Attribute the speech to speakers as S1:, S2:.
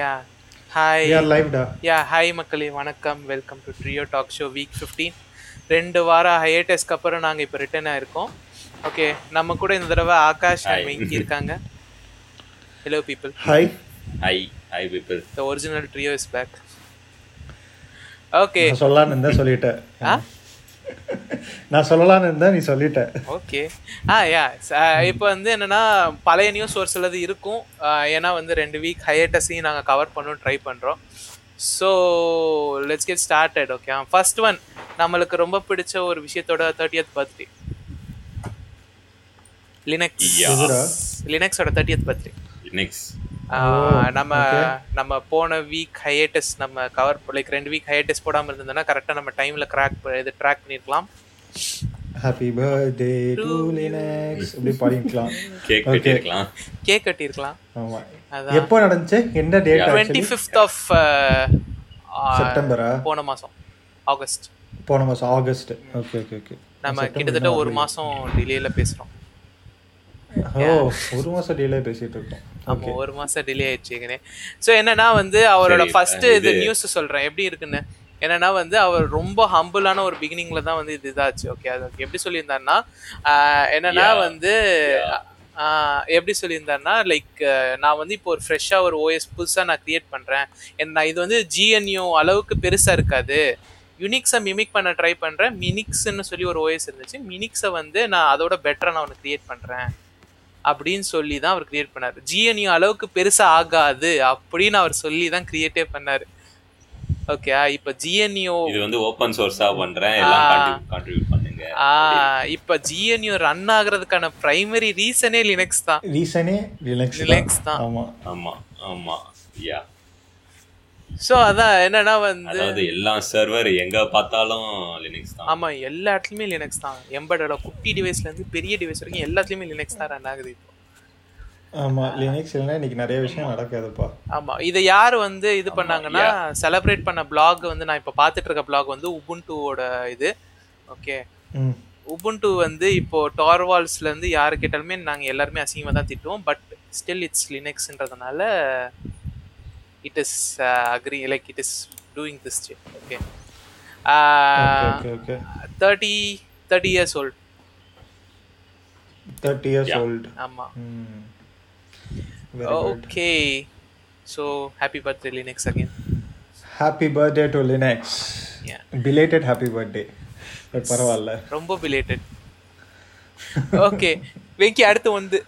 S1: Yeah hi
S2: we are லைவ்டா
S1: yeah hi மக்களே வணக்கம் welcome to trio talk show week fifteen ரெண்டு வாரம் ஹையேட்டஸ்க்கு அப்புறம் நாங்கள் இப்போ ரிட்டர்ன் ஆயிருக்கோம் ஓகே நம்ம கூட இந்த தடவை ஆகாஷ்
S3: Hi.
S1: அண்ட் வெங்கி இருக்காங்க hello people
S2: hi
S3: hi hi people
S1: the original trio is back okay
S2: நான் சொல்லலாம்னு இருந்தா சொல்லிட்டேன்
S1: ஆ
S2: நான் சொல்லலாம்னு இருந்தா நீ சொல்லிட்ட
S1: ஓகே ஆ யா இப்போ uh, வந்து என்னன்னா பழைய நியூஸ் ஒரு சிலது இருக்கும் ஆ, ஏன்னா வந்து ரெண்டு வீக் ஹையட்டஸையும் நாங்கள் கவர் பண்ண ட்ரை பண்ணுறோம் so let's get started okay first one நம்மளுக்கு ரொம்ப பிடிச்ச ஒரு விஷயத்தோட தேர்ட்டியத் பர்த்டே லினக்ஸ்
S3: Yeah.
S2: எதுடா
S1: லினக்ஸோட தேர்ட்டியத் பர்த்டே
S3: நெக்ஸ்ட்
S1: நம்ம நம்ம போன வீக் ஹையட்டஸ் நம்ம கவர் லைக் ரெண்டு வீக் ஹையட்டஸ் போடாமல் இருந்ததுன்னா கரெக்டாக நம்ம டைமில் கிராக் இது ட்ராக் பண்ணிருக்கலாம்
S2: ஹாப்பி பர்த்டே டு லினக்ஸ் இப்படி பாடிக்கலாம்
S3: கேக் வெட்டிருக்கலாம்
S1: கேக் கட்டியிருக்கலாம்
S2: ஆமா
S1: அதான்.
S2: எப்போ நடந்துச்சு என்ன டேட்
S1: டுவெண்ட்டி ஃபிஃப்த் ஆஃப்
S2: செப்டம்பரா
S1: uh, போன மாதம் ஆகஸ்ட்
S2: போன மாசம் ஆகஸ்ட் ஓகே ஓகே ஓகே
S1: நம்ம கிட்டத்தட்ட ஒரு மாதம் டிலேல பேசுகிறோம்
S2: ஓ Oh, ஒரு மாசம் டீலே பேசிட்டு இருக்கோம்
S1: ஆமா ஒரு மாதம் டிலே ஆயிடுச்சுங்கனே ஸோ என்னன்னா வந்து அவரோட
S3: சரி,
S1: ஃபர்ஸ்ட் இது
S3: இது-
S1: நியூஸ் சொல்கிறேன் எப்படி இருக்குன்னு என்னன்னா வந்து அவர் ரொம்ப ஹம்பிளான ஒரு பிகினிங்ல தான் வந்து இது இதாச்சு ஓகே அது எப்படி சொல்லியிருந்தாருன்னா ஆஹ் என்னன்னா
S3: Yeah.
S1: வந்து ஆஹ் எப்படி சொல்லியிருந்தாருன்னா லைக் நான் வந்து இப்போ ஒரு ஃப்ரெஷ்ஷாக ஒரு ஓஎஸ் புதுசாக நான் கிரியேட் பண்ணுறேன் என்ன இது வந்து ஜிஎன்யூ அளவுக்கு பெருசாக இருக்காது யுனிக்ஸை மிமிக் பண்ண ட்ரை பண்ணுறேன் மினிக்ஸ்ன்னு சொல்லி ஒரு ஓஎஸ் இருந்துச்சு மினிக்ஸை வந்து நான் அதோட பெட்டராக நான் ஒன்று கிரியேட் பண்ணுறேன் அப்படின்னு சொல்லி தான் அவர் கிரியேட் பண்ணார் ஜிஎன்யூ அளவுக்கு பெருசாக ஆகாது அப்படின்னு அவர் சொல்லி தான் கிரியேட்டே பண்ணார் ஓகே இப்போ ஜிஎன்யூ
S3: இது வந்து ஓபன் சோர்ஸா பண்றேன் எல்லாம் கான்ட்ரிபியூட் பண்ணுங்க
S1: ஆ இப்போ ஜிஎன்யூ ரன் ஆகுறதுக்கான பிரைமரி ரீசனே லினக்ஸ் தான்
S2: ரீசனே லினக்ஸ்
S1: லினக்ஸ் தான்
S2: ஆமா
S3: ஆமா ஆமா யா
S1: ஸோ அதான் என்னன்னா வந்து
S3: அதாவது எல்லா சர்வர் எங்க பார்த்தாலும் லினக்ஸ் தான்
S1: ஆமா எல்லா இடத்துலயுமே லினக்ஸ் தான் எம்படோட குட்டி டிவைஸ்ல இருந்து பெரிய டிவைஸ் வரைக்கும் எல்லாத்துலயுமே லினக்ஸ் தான் ரன் ஆகுது இப்போ
S2: ஆமா லினக்ஸ் இல்லைன்னா இன்னைக்கு நிறைய விஷயம் நடக்காதுப்பா
S1: ஆமா இதை யார் வந்து இது பண்ணாங்கன்னா செலிப்ரேட் பண்ண blog வந்து நான் இப்போ பார்த்துட்டு இருக்க blog வந்து உபுண்டுவோட இது ஓகே
S2: ம்
S1: உபுண்டு வந்து இப்போ டார்வால்ஸ்ல இருந்து யாரு கேட்டாலுமே நாங்க எல்லாருமே அசிங்கமா தான் திட்டுவோம் பட் ஸ்டில் இட்ஸ் லினக்ஸ்ன்றதுனால it is agree like it is doing this okay Uh,
S2: okay okay
S1: thirty thirty years old
S2: thirty years old
S1: ஆமா
S2: ம்
S1: Oh, okay so happy birthday Linux again
S2: happy birthday to Linux
S1: Yeah.
S2: Belated happy birthday but பரவாயில்ல
S1: ரொம்ப belated okay Venky அடுத்து வந்து